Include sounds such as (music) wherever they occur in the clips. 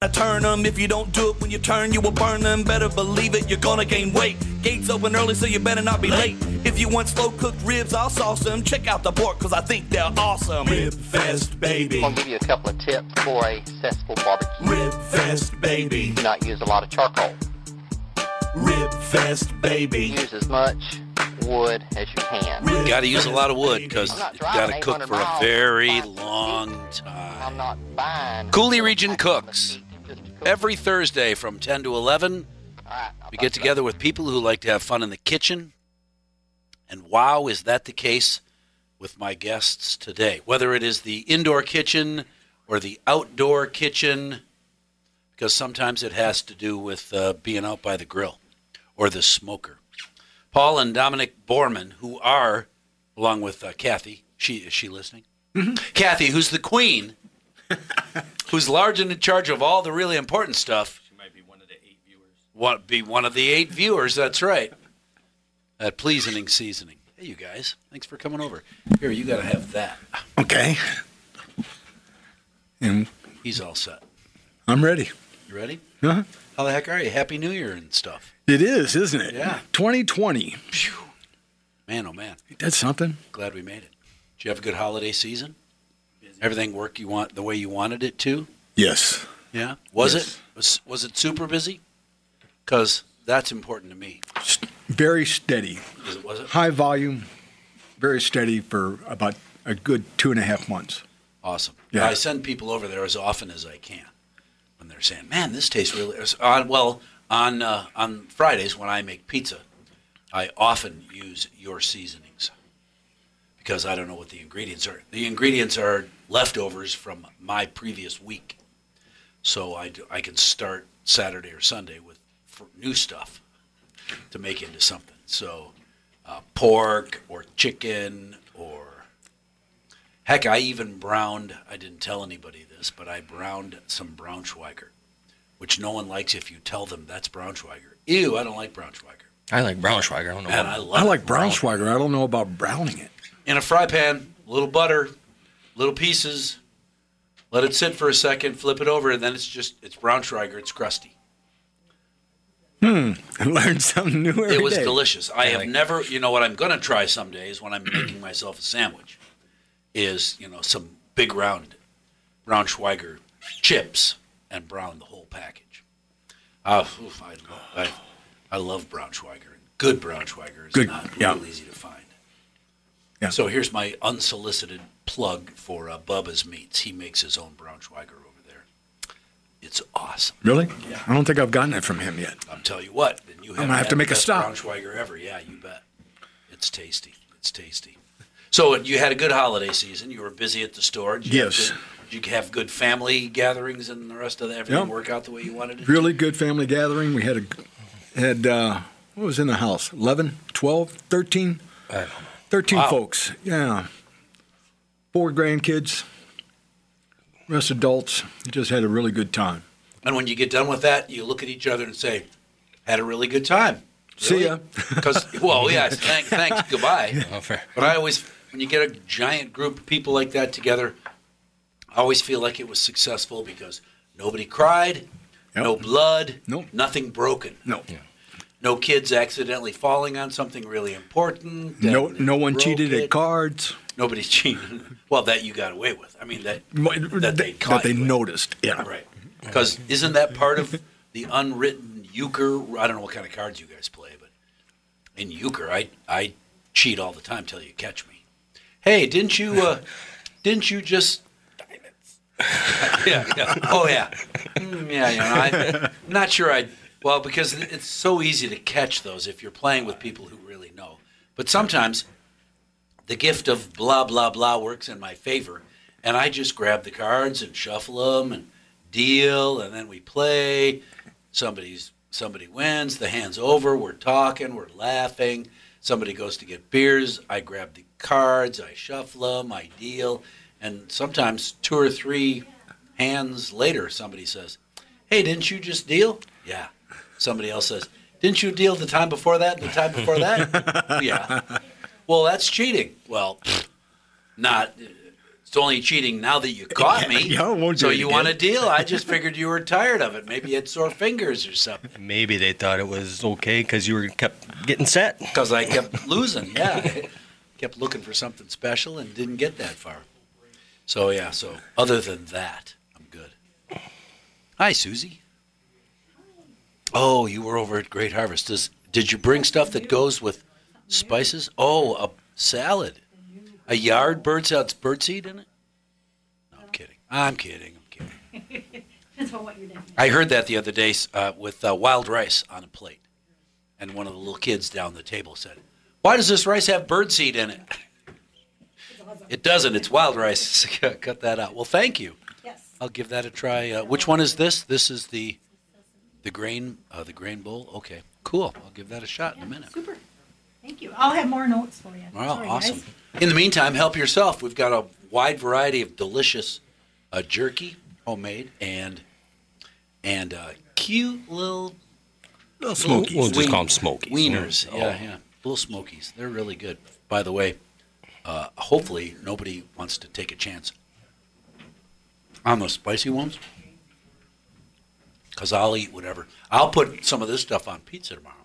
I turn them. If you don't do it when you turn, you will burn them. Better believe it, you're gonna gain weight. Gates open early, so you better not be late. If you want slow cooked ribs, I'll sauce them. Check out the pork, cause I think they're awesome. Rib Fest, baby. I'll give you a couple of tips for a successful barbecue. Rib Fest, baby. Do not use a lot of charcoal. Rib Fest, baby. Use as much wood as you can. Rib Got to use a Fest, lot of wood baby. because I'm not you've got to driving cook for a 800 very miles. long time. I'm not buying. Cooley Region I can Cooks. just cook. Every Thursday from 10 to 11, All right, I'll we talk get to you together with people who like to have fun in the kitchen. And wow, is that the case with my guests today? Whether it is the indoor kitchen or the outdoor kitchen, because sometimes it has to do with uh, being out by the grill or the smoker. Paul and Dominic Borman, who are, along with uh, Kathy, she is she listening? Kathy, who's the queen, who's large and in charge of all the really important stuff. She might be one of the eight viewers. What be one of the eight viewers? That's right. That pleasing seasoning. Hey, you guys, thanks for coming over. Here, you gotta have that. Okay. And He's all set. I'm ready. You ready? Uh-huh. How the heck are you? Happy New Year and stuff. It is, isn't it? Yeah. 2020. Man, oh man, That's something. glad we made it. Did you have a good holiday season? Everything work you want the way you wanted it to? Yes. Yeah. Was Yes. it was was it super busy? Because that's important to me. S- Very steady. Is it, was it High volume, very steady for about a good two and a half months. awesome? Yeah. I send people over there as often as I can when they're saying, "Man, this tastes really." it's On well, on uh, on Fridays when I make pizza, I often use your seasonings because I don't know what the ingredients are. The ingredients are leftovers from my previous week, so I do- I can start Saturday or Sunday with fr- new stuff to make into something. So, uh, pork or chicken or heck, I even browned. I didn't tell anybody this, but I browned some Braunschweiger, which no one likes if you tell them that's Braunschweiger. Ew, I don't like Braunschweiger. I like Braunschweiger. I don't know. Man, why. I love I like it. Braunschweiger. I don't know about browning it. (laughs) in a fry pan, a little butter, little pieces. Let it sit for a second, flip it over, and then it's just it's Braunschweiger. It's crusty. I learned something new every day. it was delicious. Oh I have like- never, you know, what I'm going to try someday is when I'm making myself a sandwich, is you know some big round, Braunschweiger chips and brown the whole package. Ah, oof, I love, I, I love Braunschweiger. Good Braunschweiger is Good, not yeah. real easy to find. Yeah. So here's my unsolicited plug for uh, Bubba's Meats. He makes his own Braunschweiger over there. It's awesome. Really? I don't think I've gotten that from him yet. I'll tell you what. And you gonna have had to the make a best stop. Braunschweiger ever. Yeah, you bet. It's tasty. It's tasty. So you had a good holiday season. You were busy at the store. Did you have Yes. good- Did you have good family gatherings and the rest of that? Everything Yep. work out the way you wanted it? to? Really good family gathering. We had a had uh, what was in the house? 11, 12, 13? 13 Wow. folks. Yeah. Four grandkids. Rest adults. Just had a really good time. And when you get done with that, you look at each other and say, "Had a really good time." See ya. (laughs) Because well, yes. Thank, thanks. Goodbye. Oh, fair. But I always, when you get a giant group of people like that together, I always feel like it was successful because nobody cried, Yep. no blood, Nope. nothing broken, No. no kids accidentally falling on something really important. No, and no one broke cheated it. at cards. Nobody (laughs) cheated. well, that you got away with. I mean that that That they caught you with. noticed. Yeah. Right. Because isn't that part of the unwritten euchre? I don't know what kind of cards you guys play, but in euchre, I I cheat all the time till you catch me. Hey, didn't you? Uh, didn't you just? (laughs) yeah, yeah. Oh yeah. Mm, yeah. You know, I, I'm not sure I. Well, because it's so easy to catch those if you're playing with people who really know. But sometimes the gift of blah blah blah works in my favor, and I just grab the cards and shuffle them and deal, and then we play. Somebody's somebody wins. The hands over. We're talking. We're laughing. Somebody goes to get beers. I grab the cards. I shuffle them. I deal, and sometimes two or three hands later, somebody says, "Hey, didn't you just deal?" Yeah. Somebody else says, "Didn't you deal the time before that? The time (laughs) before that?" yeah. Well, that's cheating. Well, not. It's only cheating now that you caught me. (laughs) Yeah, I won't do so it you again. want a deal? I just figured you were tired of it. Maybe you had sore fingers or something Maybe they thought it was okay because you were kept getting set. because I kept losing. Yeah, I kept looking for something special and didn't get that far. So yeah. So other than that, I'm good. Hi, Susie. Oh, you were over at Great Harvest. Does, did you bring stuff that goes with spices? Oh, a salad, a yard bird's out's birdseed in it. No, I'm kidding. I'm kidding. I'm kidding. Depends on what you're doing. I heard that the other day uh, with uh, wild rice on a plate, and one of the little kids down the table said, "Why does this rice have birdseed in it?" (laughs) It doesn't. It's wild rice. (laughs) Cut that out. Well, thank you. Yes. I'll give that a try. Uh, which one is this? This is the the grain uh, the grain bowl. Okay, cool. I'll give that a shot in a minute. Super. Thank you. I'll have more notes for you. Wow, Sorry, awesome. guys. In the meantime, help yourself. We've got a wide variety of delicious uh, jerky, homemade, and and uh, cute little Little We'll, smoky. we'll just call them Smokies. Wieners, Oh. yeah, yeah. Little Smokies. They're really good. By the way, uh, hopefully nobody wants to take a chance on those spicy ones because I'll eat whatever. I'll put some of this stuff on pizza tomorrow.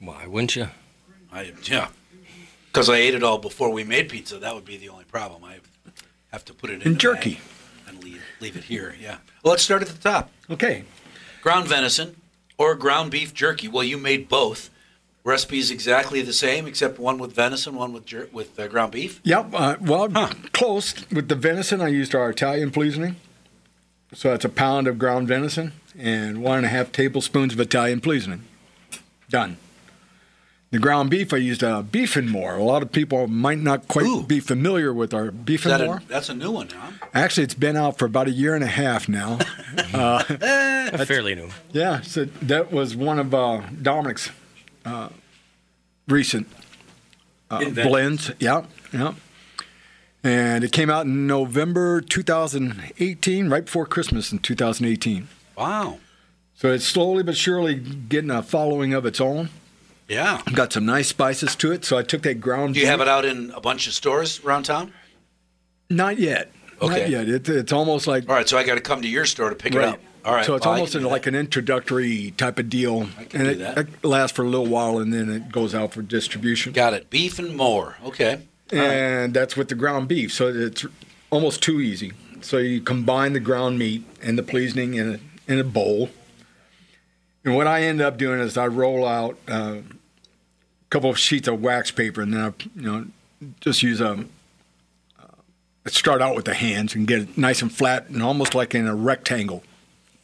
Why wouldn't you? I, yeah. Because I ate it all before we made pizza. That would be the only problem. I have to put it in And a jerky. bag And leave, leave it here, yeah. Well, let's start at the top. Okay. ground venison or ground beef jerky. Well, you made both. Recipes exactly the same, except one with venison, one with jer- with uh, ground beef. Yep. Uh, well, close with the venison. I used our Italian seasoning, so that's a pound of ground venison and one and a half tablespoons of Italian seasoning. Done. The ground beef, I used uh, beef and more. A lot of people might not quite Ooh. be familiar with our beef Is and that a- more. that's a new one, huh? Actually, it's been out for about a year and a half now. Fairly new. yeah, so that was one of uh, Dominic's uh, recent uh, blends. Yeah, yeah. And it came out in November 2018, right before Christmas in 2018. Wow. So it's slowly but surely getting a following of its own. Yeah. Got some nice spices to it. So I took that ground. Do you have beef- it out in a bunch of stores around town? Not yet. Not Okay. yet. It, it's almost like All right, so I got to come to your store to pick it up. All right. So it's well, I almost can an, do like an that. introductory type of deal, I can and do it, that. it lasts for a little while, and then it goes out for distribution. Got it. Beef and more. Okay. and that's with the ground beef, so it's almost too easy. So you combine the ground meat and the pleasing in a, in a bowl. And what I end up doing is I roll out uh, a couple of sheets of wax paper, and then I, you know, just use a. Uh, start out with the hands and get it nice and flat and almost like in a rectangle.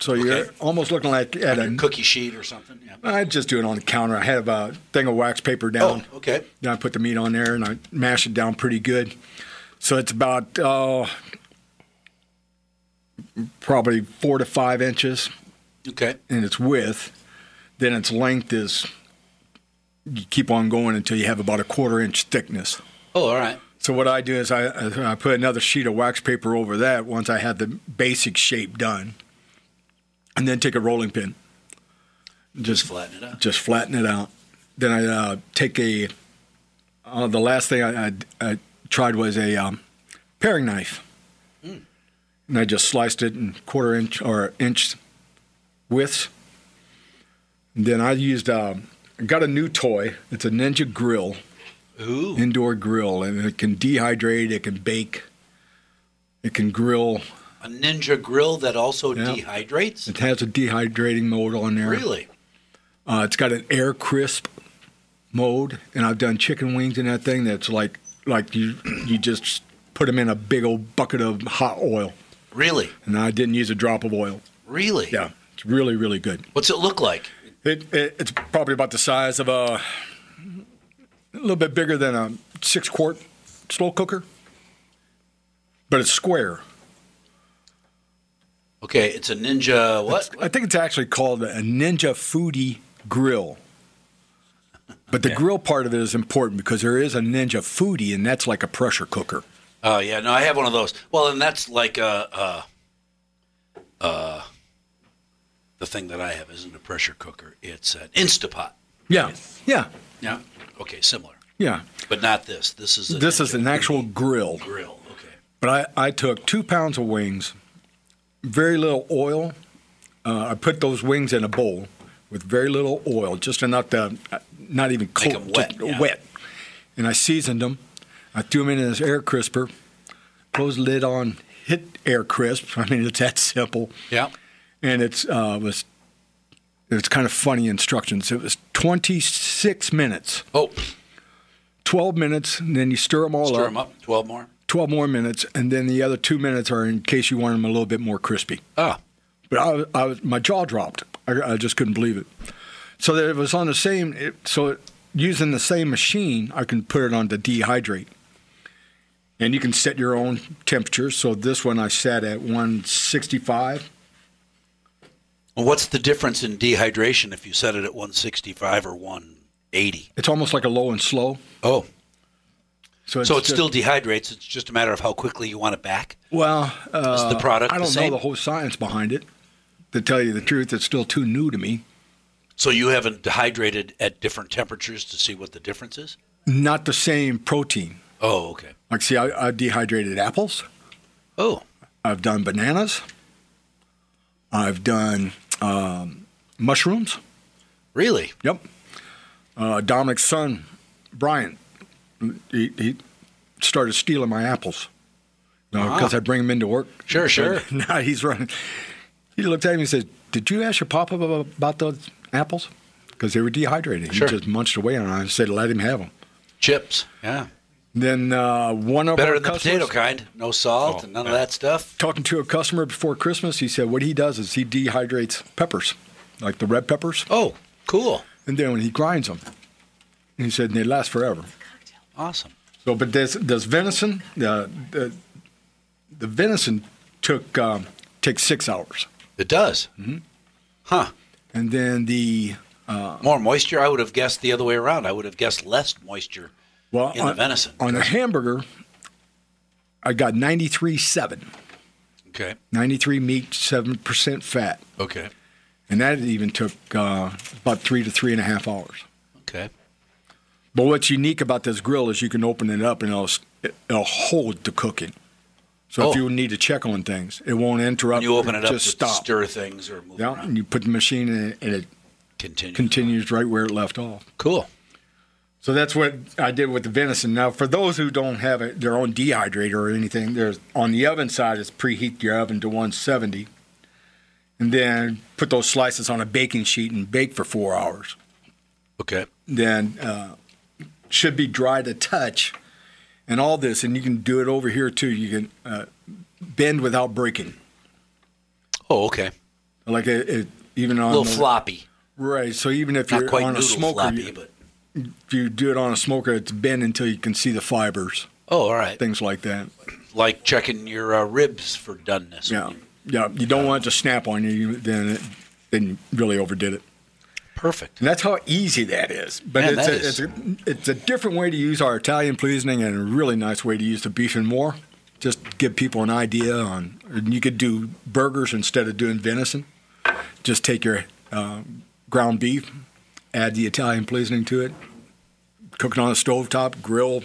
So you're Okay. almost looking like at a Cookie sheet or something. Yeah. I just do it on the counter. I have a thing of wax paper Oh, down. okay. Then I put the meat on there and I mash it down pretty good. So it's about uh, probably four to five inches Okay. in its width. Then its length is you keep on going until you have about a quarter inch thickness. Oh, all right. So what I do is I, I put another sheet of wax paper over that once I have the basic shape done, and then take a rolling pin. Just flatten it out. just flatten it out. Then I uh, take a. Uh, the last thing I, I, I tried was a um, paring knife, Hmm. and I just sliced it in quarter inch or inch widths. And then I used. Um, I got a new toy. It's a Ninja grill, Ooh. indoor grill, and it can dehydrate. It can bake. It can grill. A ninja grill that also Yeah. dehydrates. It has a dehydrating mode on there. Really? Uh, it's got an air crisp mode, and I've done chicken wings in that thing. That's like like you (clears throat) you just put them in a big old bucket of hot oil, Really? and I didn't use a drop of oil. Really? Yeah, it's really really good. What's it look like? It, it it's probably about the size of a, a little bit bigger than a six quart slow cooker, but it's square. Okay, it's a ninja. What? I think it's actually called a Ninja Foodie Grill. But the grill part of it is important because there is a Ninja Foodie, and that's like a pressure cooker. Oh yeah, no, I have one of those. Well, and that's like uh, uh, uh, the thing that I have isn't a pressure cooker; it's an Instapot. Yeah, yeah, Yeah. Okay, similar, yeah. but not this. This is a This is Ninja an actual grill. grill. Okay. But I, I took two pounds of wings, very little oil. Uh, I put those wings in a bowl with very little oil, just enough to uh, not even coat, 'em wet, just yeah. wet. And I seasoned them. I threw them in this air crisper, closed the lid on, hit air crisp. (laughs) I mean, it's that simple. Yeah. And it's uh, was it's kind of funny instructions. It was 26 minutes, Oh, 12 minutes, and then you stir them all stir them up. Twelve more. 12 more minutes, and then the other two minutes are in case you want them a little bit more crispy. Ah, But I, was- I was, my jaw dropped. I, I just couldn't believe it. So that it was on the same. It, so it, using the same machine, I can put it on to dehydrate, and you can set your own temperature. So this one I set at 165. well, what's the difference in dehydration if you set it at 165 or 180? It's almost like a low and slow. Oh, so it just- still dehydrates. It's just a matter of how quickly you want it back. well. Uh, Is the product I the don't know same? the whole science behind it. To tell you the truth, it's still too new to me. So you haven't dehydrated at different temperatures to see what the difference is? Not the same protein. Oh, okay. Like, see, I, I dehydrated apples. Oh, I've done bananas. I've done um, mushrooms. really? Yep. Uh, Dominic's son, Brian, he, he started stealing my apples because I bring them into work. Ah. Sure, sure. (laughs) now he's running. He looked at me and said, "Did you ask your papa ab- about those apples? Because they were dehydrated. Sure. He just munched away on them. I said, let him have them." Chips. Yeah. Then uh, one of Better our than the customers- potato kind. No salt and none of that stuff. talking to a customer before Christmas, he said what he does is he dehydrates peppers, like the red peppers, Oh, cool. and then when he grinds them, he said they last forever. Awesome. So, but does does venison? Uh, the the venison took um, takes six hours, It does. Huh. and then the More moisture. I would have guessed the other way around. I would have guessed less moisture well in on, the venison. on the hamburger, I got ninety three seven. okay. 93 meat, 7% fat. Okay. And that even took uh, about three to three and a half hours. Okay. But what's unique about this grill is you can open it up and it'll, it'll hold the cooking. So Oh. if you need to check on things, it won't interrupt. When you open it up just to stop. stir things or move Yeah, around. and you put the machine in it, and it Continue. continues right where it left off. Cool. So that's what I did with the venison. Now, for those who don't have it, their own dehydrator or anything, there's on the oven side is preheat your oven to 170, and then put those slices on a baking sheet and bake for four hours. Okay. then uh, should be dry to touch and all this and you can do it over here too you can uh, bend without breaking Oh, okay. like it, it even A on little the- floppy. right so even if Not you're quite on a noodle smoker floppy, you, but if you do it on a smoker it's bend until you can see the fibers oh, all right. things like that Like checking your uh, ribs for doneness. yeah yeah you don't want it to snap on you, you then it then you really overdid it Perfect. and that's how easy that is but Man, it's, a, that it's is- a it's a different way to use our italian pleasing and a really nice way to use the beef and more just give people an idea on and you could do burgers instead of doing venison just take your uh, ground beef add the italian pleasing to it cook it on a stovetop grill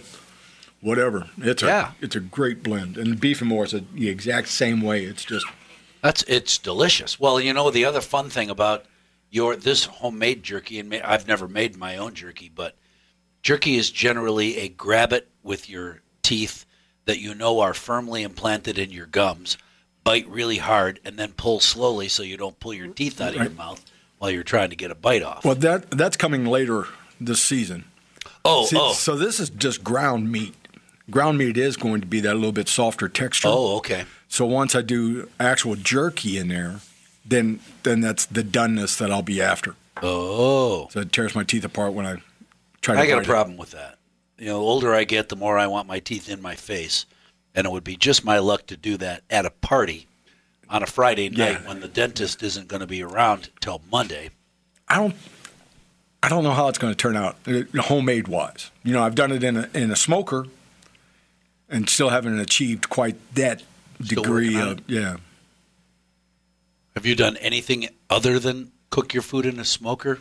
whatever it's a Yeah. it's a great blend and the beef and more is a, the exact same way it's just That's it's delicious. Well, you know the other fun thing about your this homemade jerky, and ma- I've never made my own jerky, but jerky is generally a grab it with your teeth that you know are firmly implanted in your gums. Bite really hard and then pull slowly so you don't pull your teeth out of your mouth while you're trying to get a bite off. well that that's coming later this season oh, See, oh, So this is just ground meat. Ground meat is going to be that little bit softer texture. oh, okay. So once I do actual jerky in there, then then that's the doneness that I'll be after. Oh, So it tears my teeth apart when I try to. I got bite a it. problem with that. You know, the older I get, the more I want my teeth in my face, and it would be just my luck to do that at a party on a Friday Yeah. night when the dentist isn't going to be around till Monday. I don't I don't know how it's going to turn out uh, homemade wise. You know, I've done it in a in a smoker and still haven't achieved quite that Still degree working on of it. yeah. Have you done anything other than cook your food in (laughs) a smoker,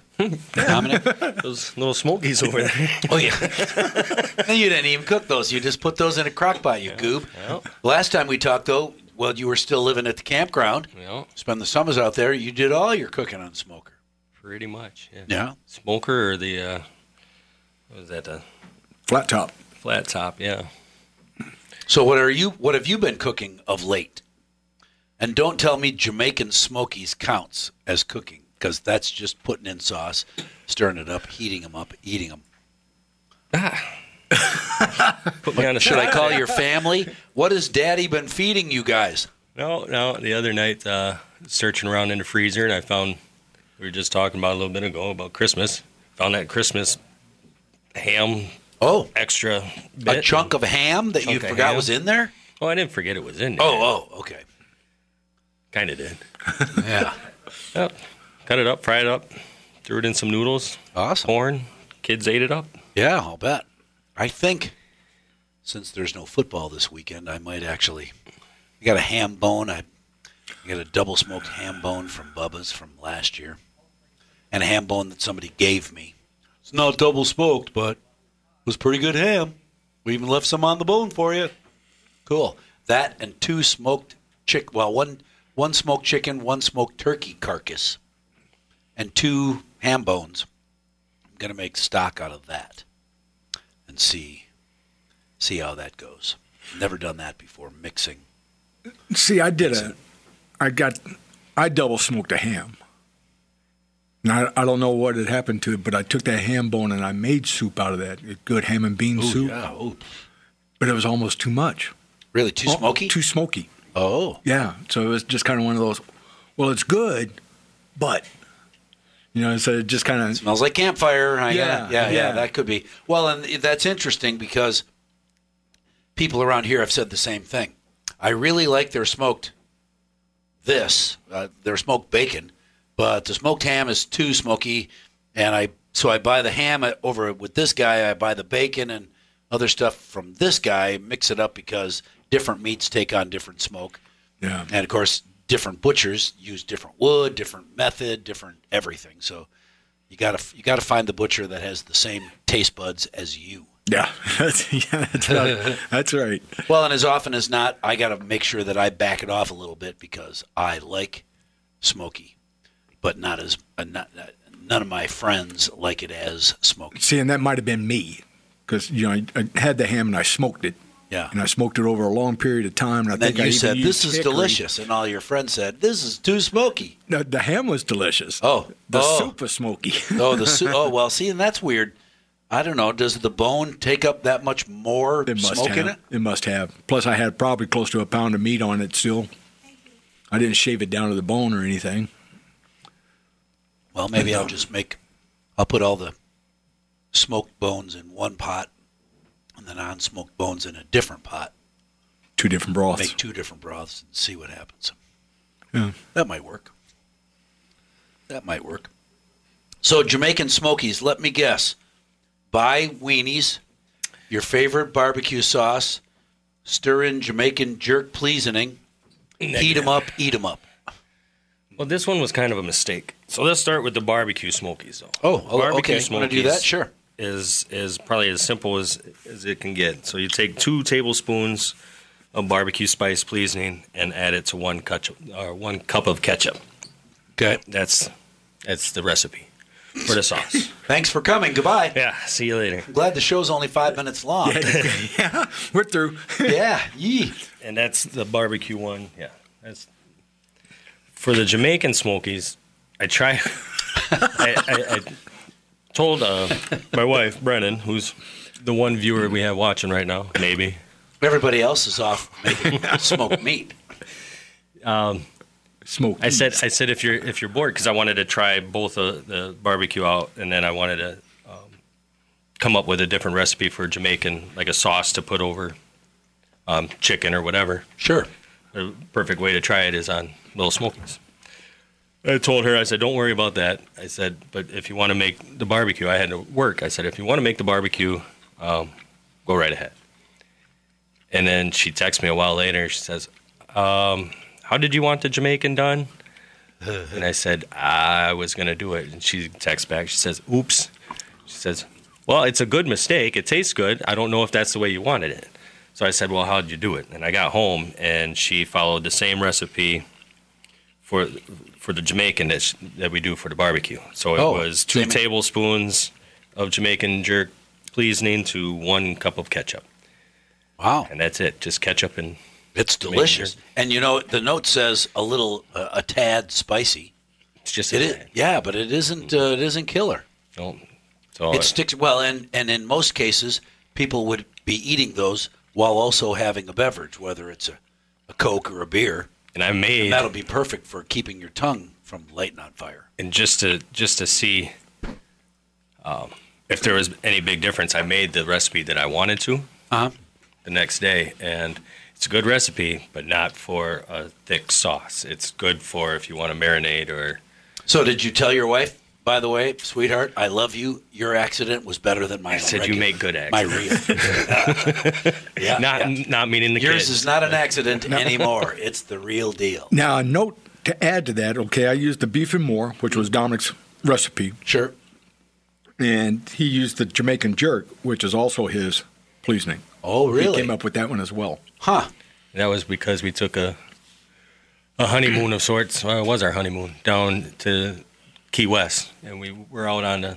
Dominic? Those little smokies over there. (laughs) Oh (laughs) yeah. then you didn't even cook those. You just put those in a crock pot, you goob. Last time we talked though, well, you were still living at the campground. Yeah. Spend the summers out there. You did all your cooking on the smoker. Pretty much. Yeah. Yeah. Smoker or the uh, what was that? The Flat top. flat top. Yeah. So what are you? What have you been cooking of late? And don't tell me Jamaican smokies counts as cooking because that's just putting in sauce, stirring it up, heating them up, eating them. Put me on a Should I spot call there. your family? What has Daddy been feeding you guys? No, no. The other night, uh, searching around in the freezer, and I found we were just talking about a little bit ago about Christmas. Found that Christmas ham Oh, extra bit. a chunk of ham that you Chunk of forgot ham. was in there. Oh, I didn't forget it was in there. Oh, oh, okay. kind of did. (laughs) Yeah. Yep. Cut it up, fried it up, threw it in some noodles, Awesome. corn. Kids ate it up. Yeah, I'll bet. I think since there's no football this weekend, I might actually. I got a ham bone. I, I got a double smoked ham bone from Bubba's from last year, and a ham bone that somebody gave me. It's not double smoked, but it was pretty good ham. We even left some on the bone for you. Cool. That and two smoked chick. Well, one one smoked chicken, one smoked turkey carcass, and two ham bones. I'm gonna make stock out of that and see see how that goes. Never done that before. Mixing. See, I did a I got I double smoked a ham. And I, I don't know what had happened to it, but I took that ham bone and I made soup out of that. A Good ham and bean soup. Oh, But it was almost too much. really? Too Oh, smoky? Too smoky. oh, Yeah. So it was just kind of one of those, well, it's good, but, you know, so it just kind of, smells like campfire. I Yeah, gotta- yeah, yeah, yeah. That could be. Well, and that's interesting because people around here have said the same thing. I really like their smoked this, uh, their smoked bacon, but the smoked ham is too smoky, and I so I buy the ham at- over with this guy. I buy the bacon and other stuff from this guy. Mix it up because different meats take on different smoke. yeah. And of course, different butchers use different wood, different method, different everything. So you gotta you gotta find the butcher that has the same taste buds as you. (laughs) Yeah. That's, yeah, that's (laughs) right. that's right. Well, and as often as not, I gotta make sure that I back it off a little bit because I like smoky, but not as uh, not, not, none of my friends like it as smoky. See, and that might have been me because, you know, I, I had the ham and I smoked it. Yeah. And I smoked it over a long period of time. And I And then think I you even said used this is hickory." delicious, and all your friends said this is too smoky. No, the ham was delicious. Oh, The oh. soup was smoky. Oh, the su- oh well. See, and that's weird. I don't know. Does the bone take up that much (laughs) more it must smoke have. in it? must have. Plus, I had probably close to a pound of meat on it still. I didn't shave it down to the bone or anything. Well, maybe I'll just make. I'll put all the smoked bones in one pot, and the non-smoked bones in a different pot. Two different broths. Make two different broths and see what happens. Yeah. That might work. That might work. So Jamaican Smokies. Let me guess. Buy weenies, your favorite barbecue sauce. Stir in Jamaican jerk pleasoning. Heat 'em up. Eat 'em up. Well, this one was kind of a mistake. So let's start with the barbecue smokies, though. Oh, oh, barbecue okay. Want to do that? Sure. Is is probably as simple as as it can get. So you take two tablespoons of barbecue spice seasoning and add it to one cup or one cup of ketchup. Okay. That's that's the recipe for (laughs) the sauce. Thanks for coming. Goodbye. yeah. See you later. I'm glad the show's only five minutes long. We're through. yeah, yee. and that's the barbecue one. Yeah, that's for the Jamaican Smokies. I try. (laughs) I, I, I told uh, my wife Brennan, who's the one viewer we have watching right now, maybe. Everybody else is off (laughs) making smoked meat. Smoke. I said, I said, if you're if you're bored, because I wanted to try both uh the barbecue out, and then I wanted to um, come up with a different recipe for Jamaican, like a sauce to put over um, chicken or whatever. Sure. the perfect way to try it is on Little Smokies. I told her, I said, don't worry about that. I said, but if you want to make the barbecue, I had to work. I said, if you want to make the barbecue, um, go right ahead. And then she texts me a while later. She says, um, how did you want the Jamaican done? and I said, I was going to do it. And she texts back. She says, oops. She says, well, it's a good mistake. It tastes good. I don't know if that's the way you wanted it. So I said, "Well, how'd you do it?" And I got home, and she followed the same recipe for for the Jamaican that, sh that we do for the barbecue. So it Oh, was two same- tablespoons of Jamaican jerk seasoning to one cup of ketchup, Wow, and that's it. Just ketchup and it's delicious. And you know, the note says a little, uh, a tad spicy. it's just It is, yeah, but it isn't. Uh, it isn't killer. Don't. So It sticks well, and and in most cases, people would be eating those while also having a beverage, whether it's a, a coke or a beer. and I made That'll be perfect for keeping your tongue from lighting on fire. and just to just to see um, if there was any big difference, I made the recipe that I wanted to Uh-huh. the next day, and it's a good recipe, but not for a thick sauce. It's good for if you want to marinate or So, did you tell your wife? By the way, sweetheart, I love you. Your accident was better than mine. I said you make good eggs. my real. (laughs) yeah, not yeah. not meaning the yours kids. is not an accident anymore. It's the real deal. Now, a note to add to that, okay, I used the beef and more, which was Dominic's recipe, Sure. and he used the Jamaican jerk, which is also his please name. Oh, He really? came up with that one as well. Huh. that was because we took a a honeymoon of sorts. Well, it was our honeymoon down to Key West, and we were out on a,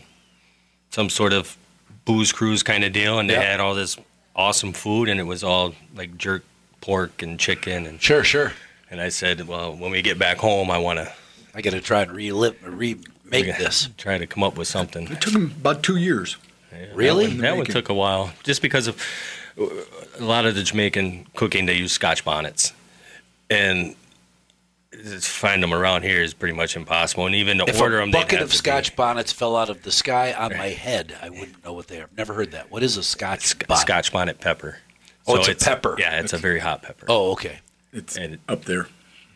some sort of booze cruise kind of deal, and they Yeah. had all this awesome food, and it was all like jerk pork and chicken, and Sure. Sure. and I said, well, when we get back home, I want to I got to try and relive, remake this. try to come up with something. It took him about two years. Really? That one, that one Jamaican. took a while, just because of a lot of the Jamaican cooking. They use Scotch bonnets, and just find them around here is pretty much impossible. And even to If order a them, bucket of scotch bonnets fell out of the sky on my head, I wouldn't know what they are. I've never heard that. What is a scotch bonnet? Scotch bonnet pepper. Oh, it's a pepper. Yeah, it's a very hot pepper. Oh, okay. (laughs) It's And- up there.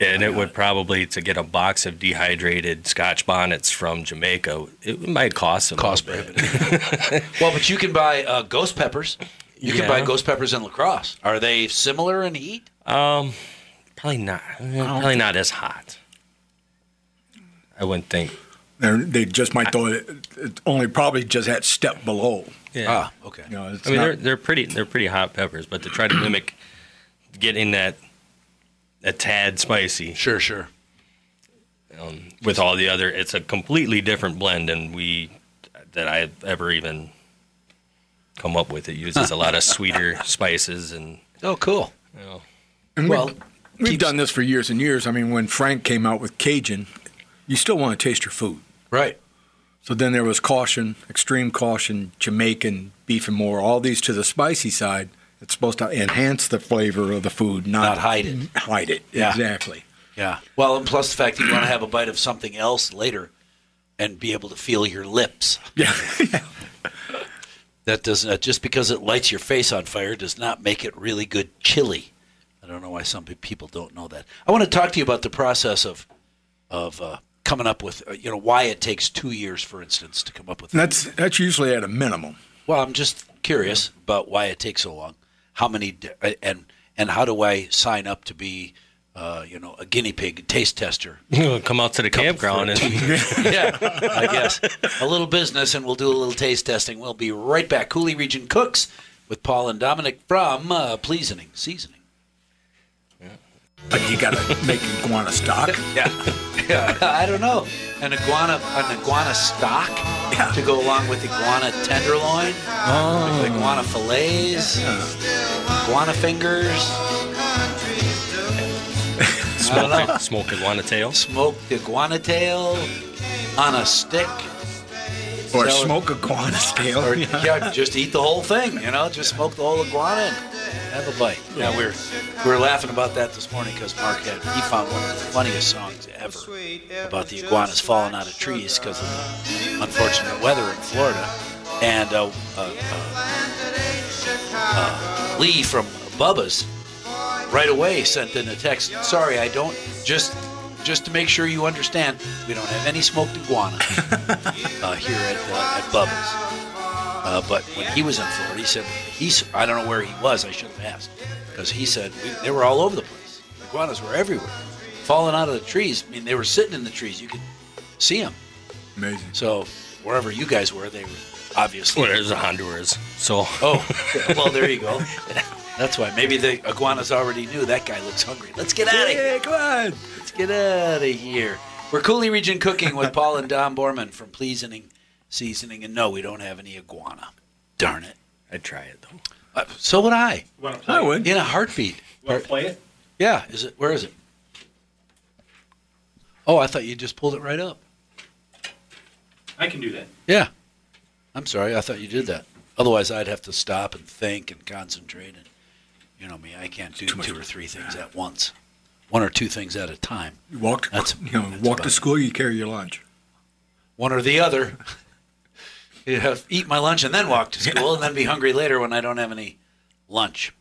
and it would probably to get a box of dehydrated Scotch bonnets from Jamaica. It might cost them. Cost prohibitive. well, but you can buy uh, ghost peppers. You can buy Yeah. ghost peppers in lacrosse. Are they similar in heat? (laughs) probably not. Probably not as hot. I wouldn't think. They're, they just might throw it, it only probably just that step below. Yeah. Ah, okay. You know, it's I mean, not- they're they're pretty they're pretty hot peppers, but to try to mimic getting that a tad spicy Sure, sure. with all the other, it's a completely different blend than we that I've ever even come up with. It uses a lot (laughs) of sweeter spices and Oh, cool. you know, and we- Well, we've keeps- done this for years and years. I mean, when Frank came out with Cajun, you still want to taste your food. right. So then there was caution, extreme caution, Jamaican beef and more, all these to the spicy side. It's supposed to enhance the flavor of the food, not, Not hide it. Hide it. Yeah. Exactly. Yeah. Well, and plus the fact that you want to have a bite of something else later and be able to feel your lips. (laughs) Yeah. That doesn't uh, just because it lights your face on fire does not make it really good chili. I don't know why some pe- people don't know that. I want to talk to you about the process of of uh, coming up with uh, you know why it takes two years, for instance, to come up with. And that's that's usually at a minimum. Well, I'm just curious about why it takes so long. How many d- uh, and and how do I sign up to be uh, you know a guinea pig taste tester? come out to the campground (laughs) and (laughs) yeah, I guess. A little business, and we'll do a little taste testing. We'll be right back. Cooley Region Cooks with Paul and Dominic from uh, Pleasoning Seasoning. But you got (laughs) to make iguana stock. I don't know. An iguana, an iguana stock to go along with iguana tenderloin, iguana fillets, iguana fingers, smoke smoke iguana tail. smoked iguana tail on a stick. Or So- smoke iguana scale. Or Yeah. yeah, just eat the whole thing, you know, just smoke the whole iguana and have a bite. Yeah, we we're we were laughing about that this morning because Mark had he found one of the funniest songs ever about the iguanas falling out of trees because of the unfortunate weather in Florida. And uh, uh, uh, uh, Lee from Bubba's right away sent in a text. Sorry, I don't. Just just to make sure you understand, we don't have any smoked iguana (laughs) uh, here at, uh, at Bubba's. Uh, but when he was in Florida, he said he's. I don't know where he was. I should have asked because he said we, they were all over the place. Iguanas were everywhere, falling out of the trees. I mean, they were sitting in the trees. You could see them. Amazing. So wherever you guys were, they were obviously. Well, there's a Honduras. So Oh, (laughs) well, there you go. That's why. Maybe the iguanas already knew that guy looks hungry. Let's get out of here. Yeah, come on. Let's get out of here. We're Cooley Region Cooking with Paul and Don Borman from Pleasoning Seasoning. And no, we don't have any iguana. Darn it. I'd try it though. Uh, so would I. Want to play? I would. In a heartbeat. Want to play it? Yeah. Is it? Where is it? Oh, I thought you just pulled it right up. I can do that. Yeah. I'm sorry. I thought you did that. Otherwise, I'd have to stop and think and concentrate. And you know me, I can't do two or three things at once, one or two things at a time. You walk to, That's- you know, that's walk fine. to school, you carry your lunch. One or the other. (laughs) you have eat my lunch and then walk to school and then be hungry later when I don't have any lunch.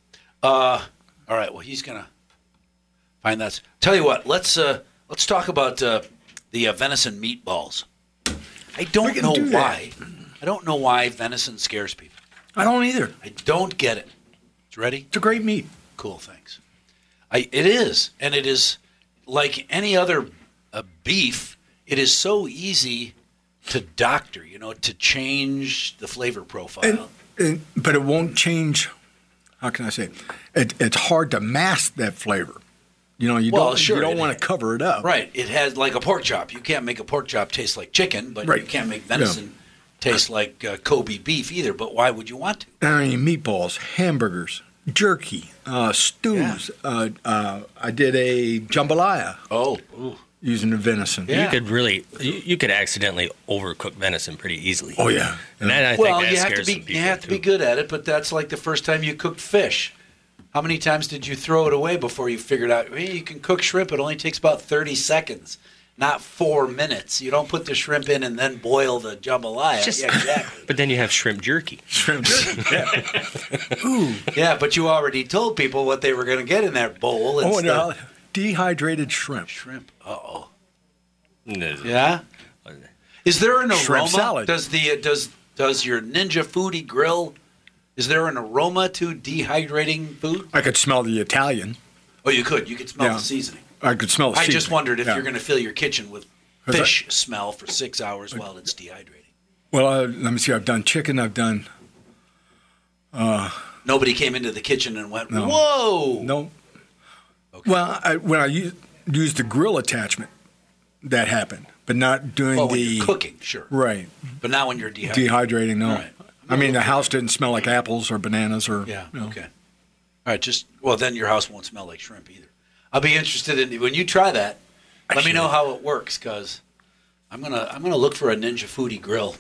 Uh, all right. Well, he's gonna find that. Tell you what. Let's uh, let's talk about uh, the uh, venison meatballs. I don't can know do that. why. I don't know why venison scares people. I don't either. I don't get it. It's ready? It's a great meat. Cool, thanks. I it is, and it is like any other uh, beef. It is so easy to doctor, you know, to change the flavor profile. And, and, but it won't change. How can I say? It? It, it's hard to mask that flavor. You know, you Well, don't sure, you it don't want is. to cover it up. right, it has like a pork chop. You can't make a pork chop taste like chicken, but you Right. can't make venison taste like uh, Kobe beef either. But why would you want to? I mean, meatballs, hamburgers, jerky, uh, stews. Uh, uh, I did a jambalaya Oh, ooh. using the venison. Yeah. You could really, you, you could accidentally overcook venison pretty easily. Oh yeah. And that, I well, think that you have to scares be some people you have to be too. good at it, but that's like the first time you cooked fish. How many times did you throw it away before you figured out hey, you can cook shrimp? It only takes about thirty seconds, not four minutes. You don't put the shrimp in and then boil the jambalaya. Just- (laughs) yeah, exactly. But then you have shrimp jerky. (laughs) Shrimp. yeah. yeah, but you already told people what they were going to get in that bowl. And Oh no, stuff. dehydrated shrimp. shrimp. Uh oh. No. Yeah. Is there an Shrimp aroma? salad. Does the uh, does does your Ninja Foodie Grill? Is there an aroma to dehydrating food? I could smell the Italian. Oh, you could. You could smell Yeah. the seasoning. I could smell. The I just seasoning. wondered if Yeah. you're going to fill your kitchen with that- fish smell for six hours while it's dehydrating. Well, uh, let me see. I've done chicken. I've done Nobody came into the kitchen and went, No. "Whoa!" no. Well, I, when I used, used the grill attachment, that happened, but not doing Well, Oh, when the you're cooking, sure, right but not when you're dehydrating. dehydrating. No, Right. I mean the house didn't smell like apples or bananas or yeah. you know. Okay. All right. Just well, then your house won't smell like shrimp either. I'll be interested in when you try that. let me know how it works, because I'm gonna I'm gonna look for a Ninja Foodie grill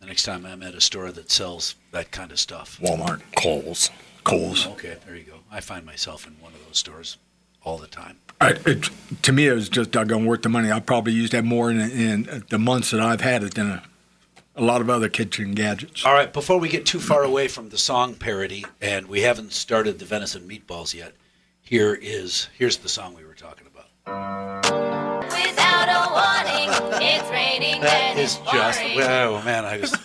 the next time I'm at a store that sells that kind of stuff. Walmart, Coles, Coles. Okay, there you go. I find myself in one of those stores all the time. I, it, to me, it was just doggone worth the money. I probably used that more in, in the months that I've had it than a, a lot of other kitchen gadgets. All right, before we get too far away from the song parody, and we haven't started the venison meatballs yet, here is here's the song we were talking about. Without a warning, it's raining That and is it's just pouring. oh man, I (laughs) was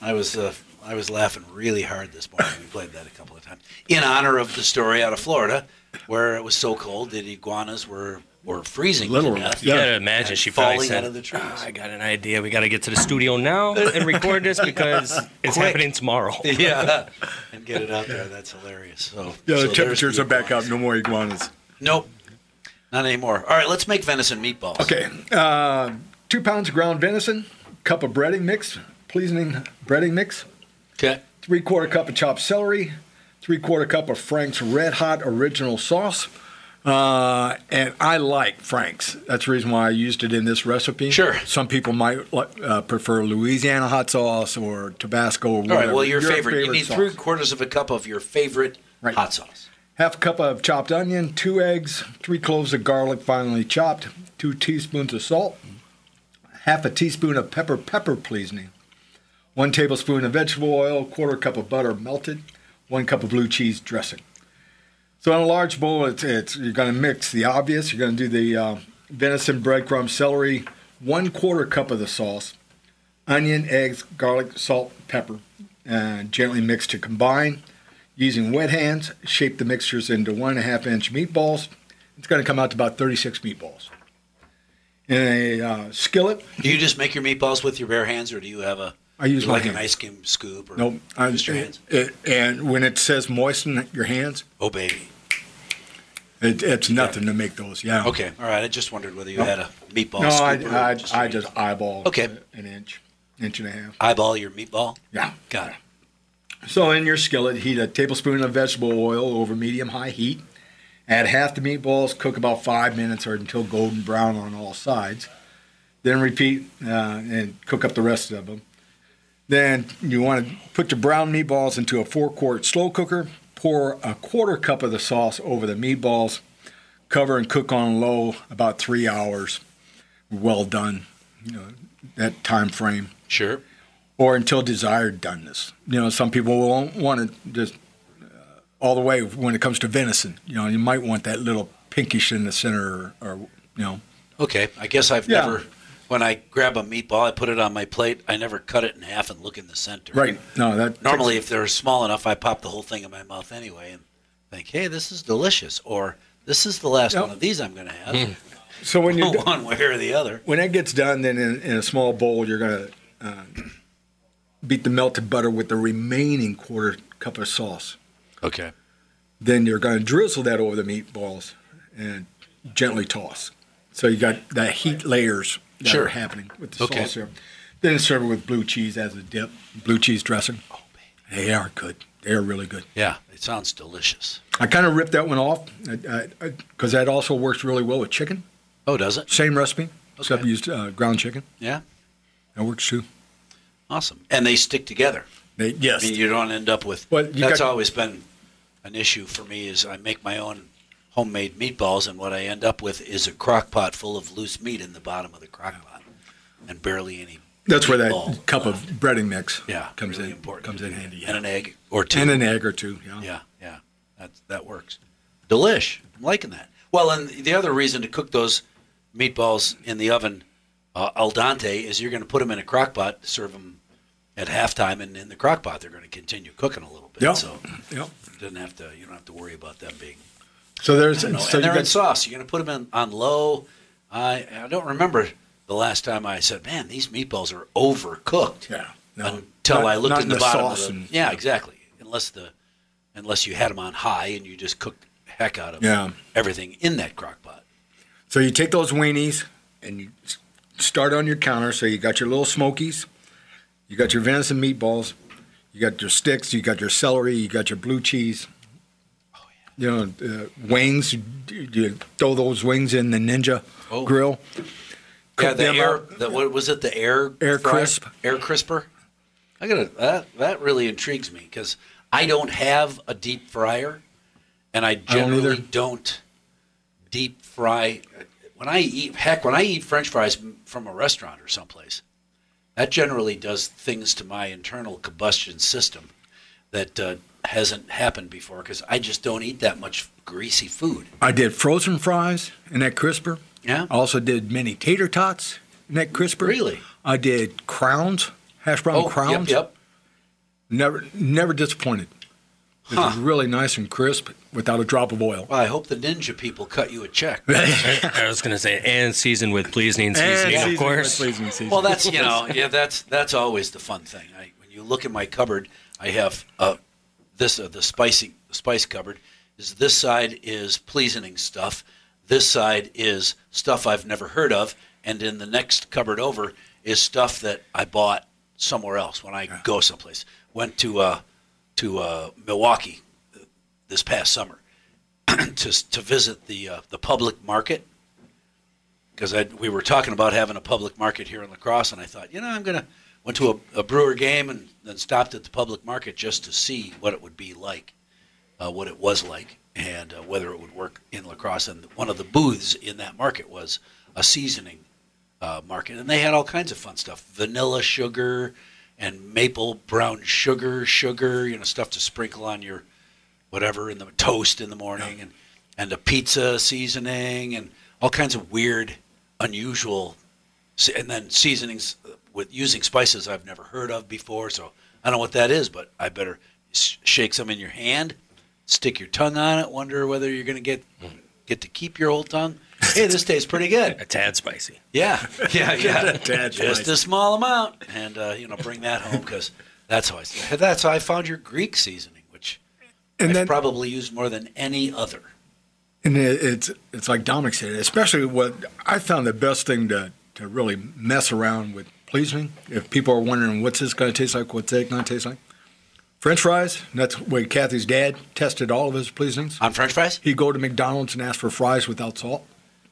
I was uh, I was laughing really hard this morning. We played that a couple of times in honor of the story out of Florida, where it was so cold that iguanas were were freezing Literally, to death. You Yeah. gotta imagine And she falling probably said, out of the trees. "Ah, I got an idea. We gotta get to the studio now and record this (laughs) because it's Quick. happening tomorrow. (laughs) (laughs) (laughs) yeah, and get it out there. That's hilarious. So Yeah, so the there's temperatures are back up. iguanas. No more iguanas. Nope, not anymore. All right, let's make venison meatballs. Okay, uh, two pounds of ground venison, cup of breading mix, pleasing breading mix, Okay. three quarter cup of chopped celery, three quarter cup of Frank's Red Hot Original Sauce. Uh, and I like Frank's. That's the reason why I used it in this recipe. Sure. Some people might li- uh, prefer Louisiana hot sauce or Tabasco or All whatever. right. Well, your, favorite. You need sauce. three quarters of a cup of your favorite Right. hot sauce. Half a cup of chopped onion, two eggs, three cloves of garlic finely chopped, two teaspoons of salt, half a teaspoon of pepper, pepper pleasing, one tablespoon of vegetable oil, quarter cup of butter melted, one cup of blue cheese dressing. So in a large bowl, it's, it's you're going to mix the obvious. You're going to do the uh, venison, breadcrumb, celery, one quarter cup of the sauce, onion, eggs, garlic, salt, pepper, and gently mix to combine. Using wet hands, shape the mixtures into one and a half inch meatballs. It's going to come out to about 36 meatballs. In a uh, skillet, Do you just make your meatballs with your bare hands, or do you have a? I use my like an hands. ice cream scoop or nope. I- just your hands. it- and when it says moisten your hands, Oh baby. it, it's nothing to make those. Yeah. Okay. All right. I just wondered whether you No. had a meatball. No, scoop I, or I, just I your just hands. eyeball Okay. an inch, inch and a half. eyeball your meatball. Yeah. Got it. So in your skillet, heat a tablespoon of vegetable oil over medium high heat. Add half the meatballs, cook about five minutes or until golden brown on all sides. Then repeat uh, and cook up the rest of them. Then you want to put your brown meatballs into a four quart slow cooker. Pour a quarter cup of the sauce over the meatballs. Cover and cook on low about three hours. Well done, you know, that time frame Sure. or until desired doneness. You know, some people won't want it just uh, all the way when it comes to venison. You know, you might want that little pinkish in the center, or, or you know, Okay. I guess I've Yeah. never. When I grab a meatball, I put it on my plate. I never cut it in half and look in the center. right? No, that Normally, if they're small enough, I pop the whole thing in my mouth anyway and think, "Hey, this is delicious," or "This is the last Yep. one of these I'm going to (laughs) have." So when (laughs) you do- one way or the other. when that gets done, then in, in a small bowl, you're gonna uh, beat the melted butter with the remaining quarter cup of sauce. Okay. Then you're gonna drizzle that over the meatballs and gently toss. So you got that heat layers that Sure. are happening with the Okay. sauce there. Then serve it with blue cheese as a dip, blue cheese dressing. Oh, They are good. They are really good. Yeah, it sounds delicious. I kind of ripped that one off because that also works really well with chicken. Oh, does it? Same recipe, except Okay. we used uh, ground chicken. Yeah. That works too. Awesome. And they stick together. They, I yes. mean, you don't end up with. Well, you that's got- always been an issue for me. Is I make my own homemade meatballs, and what I end up with is a crock pot full of loose meat in the bottom of the crock pot, and barely any. That's where that meatball cup of left. breading mix yeah comes really in important. comes in handy. and an egg or two. And an egg or two. Yeah. Yeah, yeah, that that works. Delish. I'm liking that. Well, and the other reason to cook those meatballs in the oven uh, al dente is you're going to put them in a crock pot, serve them at halftime, and in the crock pot they're going to continue cooking a little bit. Yep. So Yep. it doesn't have to. You don't have to worry about them being. So there's so No, and you they're in got sauce. You're going to put them in on low. I I don't remember the last time I said, "Man, these meatballs are overcooked." yeah. No, until not- Uh, I looked not at the, bottom sauce of the, and- yeah, exactly. Unless the unless you had them on high and you just cooked the heck out of Yeah. everything in that crock pot. So you take those weenies and you s- start on your counter. So you got your little smokies, you got your venison meatballs, you got your sticks, you got your celery, you got your blue cheese. You know, uh, wings. You, you throw those wings in the Ninja Oh. grill. Yeah, Cook the them air up. the, what was it? The air Air fryer? crisp. air crisper. I gotta that that really intrigues me because I don't have a deep fryer, and I generally either. don't, deep fry. When I eat heck, when I eat French fries m- from a restaurant or someplace, that generally does things to my internal combustion system that uh, hasn't happened before because I just don't eat that much greasy food. I did frozen fries in that crisper. Yeah. I also did mini tater tots in that crisper. Really? I did crowns, hash brown crowns. Oh, yep, yep. Never, never disappointed. It was Huh. really nice and crisp without a drop of oil. Well, I hope the ninja people cut you (laughs) a check. I was gonna say, and seasoned with pleasing seasoning, of course. Well, that's you know, yeah, that's that's always the fun thing. I, when you look in my cupboard, I have uh, this uh, the spicy the spice cupboard. Is this side is pleasing stuff. This side is stuff I've never heard of, and in the next cupboard over is stuff that I bought somewhere else when I go someplace. Went to uh, to uh, Milwaukee uh, this past summer (clears throat) to to visit the uh, the public market because we were talking about having a public market here in lacrosse and i thought you know i'm going to went to a, a brewer game and then stopped at the public market just to see what it would be like uh, what it was like and uh, whether it would work in lacrosse and one of the booths in that market was a seasoning uh, market and they had all kinds of fun stuff vanilla sugar and maple brown sugar sugar you know stuff to sprinkle on your whatever in the toast in the morning and and a pizza seasoning and all kinds of weird, unusual, se- and then seasonings with using spices I've never heard of before. So I don't know what that is, but I better sh- shake some in your hand, stick your tongue on it, wonder whether you're going to get get to keep your old tongue. Hey, this tastes pretty good. A tad spicy. Yeah, (laughs) yeah, yeah. That's Just a nice. small amount, and uh, you know, bring that home because that's how I that's how I found your Greek seasoning, which And I've then, probably used more than any other. and it, it's it's like Dominic said, especially what I found the best thing to, to really mess around with pleasing. If people are wondering what's this going to taste like, what's that going to taste like, French fries. And that's where Kathy's dad tested all of his pleasings. On French fries? He'd go to McDonald's and ask for fries without salt.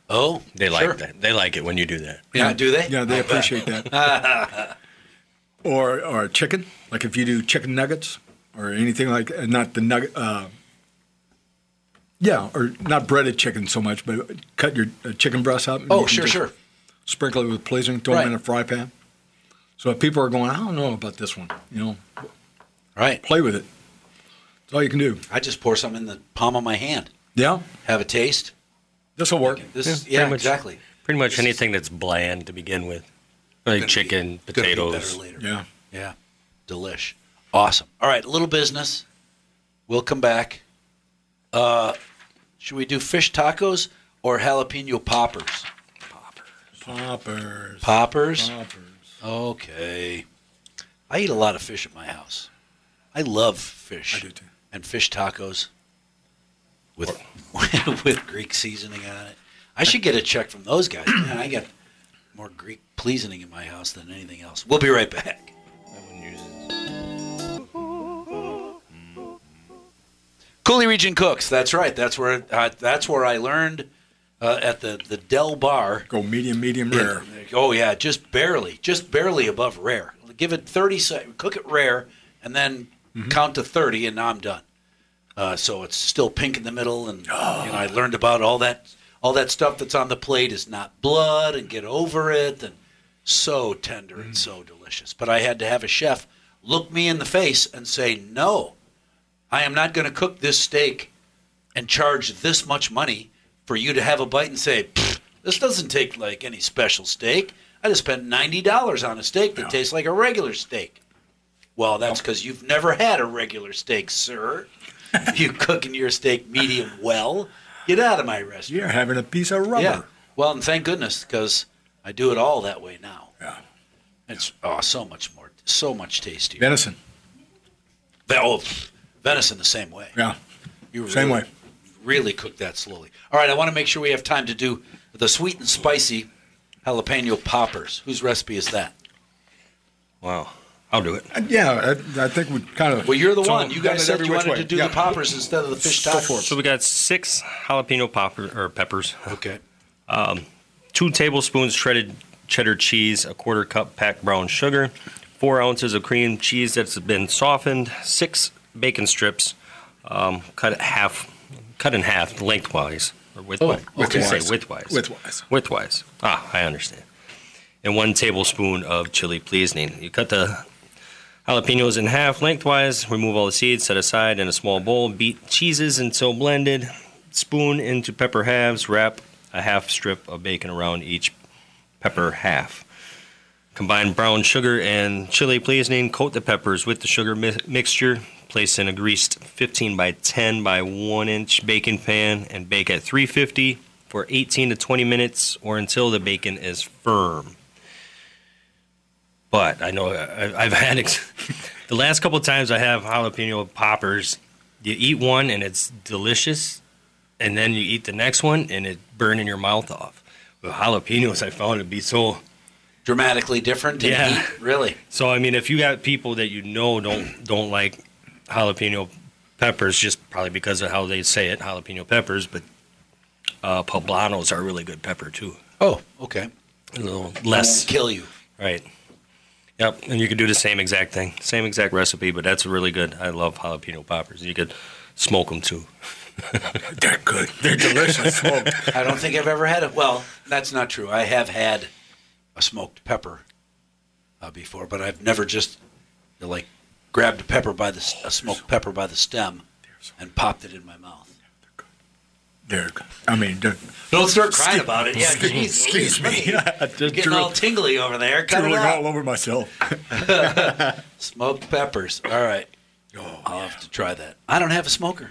Oh, They like sure. that. They like it when you do that. Yeah, do they? Yeah, they appreciate that. (laughs) or or chicken, like if you do chicken nuggets or anything like uh, not the nugget. Uh, yeah, or not breaded chicken so much, but cut your uh, chicken breast out. and you Oh, can sure, just sure. Sprinkle it with pleasing, throw them in Right. a fry pan. So if people are going, I don't know about this one, you know, Right. play with it. That's all you can do. I just pour some in the palm of my hand. Yeah, Have a taste. this will work. This Yeah, is pretty yeah, much. exactly. Pretty much anything that's bland to begin with, Gonna like be- chicken, gonna be potatoes. better later. Yeah. Yeah. Delish. Awesome. All right, little business. We'll come back. Uh, should we do fish tacos or jalapeno poppers? Poppers. Poppers? Poppers. Okay. I eat a lot of fish at my house. I love fish. I do too. And fish tacos with (laughs) with Greek seasoning on it. I should get a check from those guys. Man, I got more Greek pleasing in my house than anything else. We'll be right back. Mm. Cooley Region Cooks. That's right. That's where uh, that's where I learned uh, at the the Dell Bar. Go medium, medium rare. Oh yeah, just barely, just barely above rare. Give it thirty seconds, cook it rare, and then count to thirty, and now I'm done. Uh, so it's still pink in the middle, and you know, I learned about all that, all that stuff that's on the plate is not blood, and get over it, and so tender and so delicious. But I had to have a chef look me in the face and say, no, I am not going to cook this steak and charge this much money for you to have a bite and say, "Pfft, this doesn't take like any special steak. I just spent $90 on a steak that tastes like a regular steak. Well, that's because you've never had a regular (laughs) steak, sir. you cooking your steak medium well. Get out of my restaurant. You're having a piece of rubber. Yeah. Well, and thank goodness because I do it all that way now. Yeah. It's oh, so much more, so much tastier. Venison. Ve- oh, pff, venison the same way. Yeah. You Same really, way. Really cook that slowly. All right, I want to make sure we have time to do the sweet and spicy jalapeno poppers. Whose recipe is that? Wow. I'll do it. Uh, Yeah, I, I think we kind of. Well, you're the So, one. You done guys it said every you which wanted way. to do Yeah. the poppers instead of the fish Go for tacos. So we got six jalapeno popper or peppers, (laughs) Okay. two tablespoons shredded cheddar cheese, a quarter cup packed brown sugar, four ounces of cream cheese that's been softened, six bacon strips, um, cut at half, cut in half lengthwise or widthwise. Oh, What did I widthwise. say widthwise. Widthwise. Widthwise. Ah, I understand. And one tablespoon of chili pleasing. You cut the jalapenos in half lengthwise, remove all the seeds, set aside in a small bowl, beat cheeses until blended, spoon into pepper halves, wrap a half strip of bacon around each pepper half. Combine brown sugar and chili seasoning. Coat the peppers with the sugar mi- mixture. Place in a greased 15 by 10 by 1 inch baking pan and bake at 350 for 18 to 20 minutes or until the bacon is firm. But I know I, I've had ex- (laughs) the last couple times I have jalapeno poppers. You eat one and it's delicious, and then you eat the next one and it burning your mouth off. With jalapenos, I found it to be so. Dramatically different. in Yeah. heat? Really. So I mean, if you got people that you know don't don't like jalapeno peppers, just probably because of how they say it, jalapeno peppers. But uh, poblanos are a really good pepper too. Oh, okay. A little Less less, kill you. right? Yep, and you could do the same exact thing, same exact recipe. But that's really good. I love jalapeno poppers. You could smoke them too. They're good. They're delicious. (laughs) Smoked. I don't think I've ever had it. Well, that's not true. I have had a smoked pepper uh, before, but I've never just you know, like grabbed a pepper by the s- a smoked pepper by the stem and popped it in my mouth. They're good. I mean, they're, Don't start crying Excuse- about it. Yeah, excuse- geez, excuse geez, me. buddy. (laughs) I just (laughs) You're getting drew- all tingly over there. Cut it drooling out. all over myself. Smoked peppers. All right. Oh, I'll have to try that. I don't have a smoker.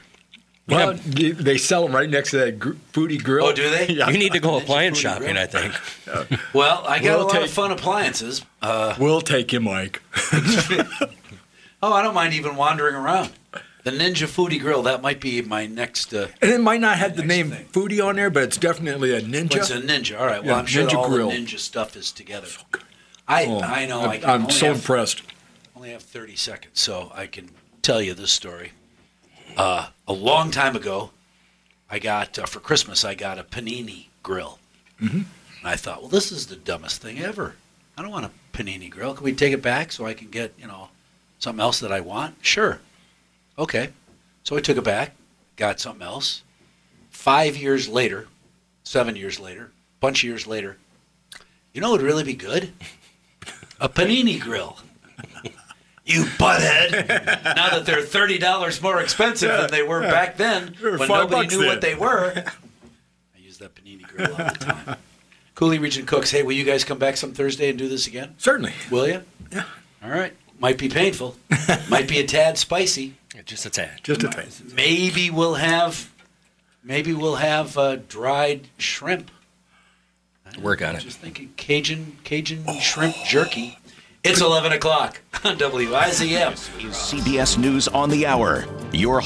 Well, you- they sell them right next to that gr- foodie grill. Oh, do they? Yeah. You need to go appliance pretty shopping, I think. Well, I got We'll a lot take- of fun appliances. Uh, We'll take you, Mike. oh, I don't mind even wandering around. The Ninja Foodie Grill. That might be my next. Uh, And it might not have the Next name thing. foodie on there, but it's definitely a ninja. It's a ninja. All right. Well, Yeah, I'm sure Ninja all Grill. the ninja stuff is together. I Oh, I know. I'm, I can I'm only so have- impressed. only have 30 seconds, so I can tell you this story. Uh, a long time ago, I got uh, for Christmas I got a panini grill, mm-hmm. and I thought, well, this is the dumbest thing ever. I don't want a panini grill. Can we take it back so I can get you know something else that I want? Sure. Okay. So I took it back, got something else. Five years later, seven years later, bunch of years later, you know, it would really be good a panini grill. (laughs) You butthead! now that they're thirty dollars more expensive than they were back then, They were when five nobody bucks knew what then. they were. I use that panini grill all the (laughs) time. Cooley Region Cooks, hey, will you guys come back some Thursday and do this again? Certainly. Will you? Yeah. All right. Might be painful. Might be a tad spicy. Just a tad. Just a taste. Maybe we'll have, maybe we'll have uh, dried shrimp. Work on I'm it. just thinking Cajun Cajun shrimp jerky. It's eleven o'clock on WIZM. CBS News on the Hour. Your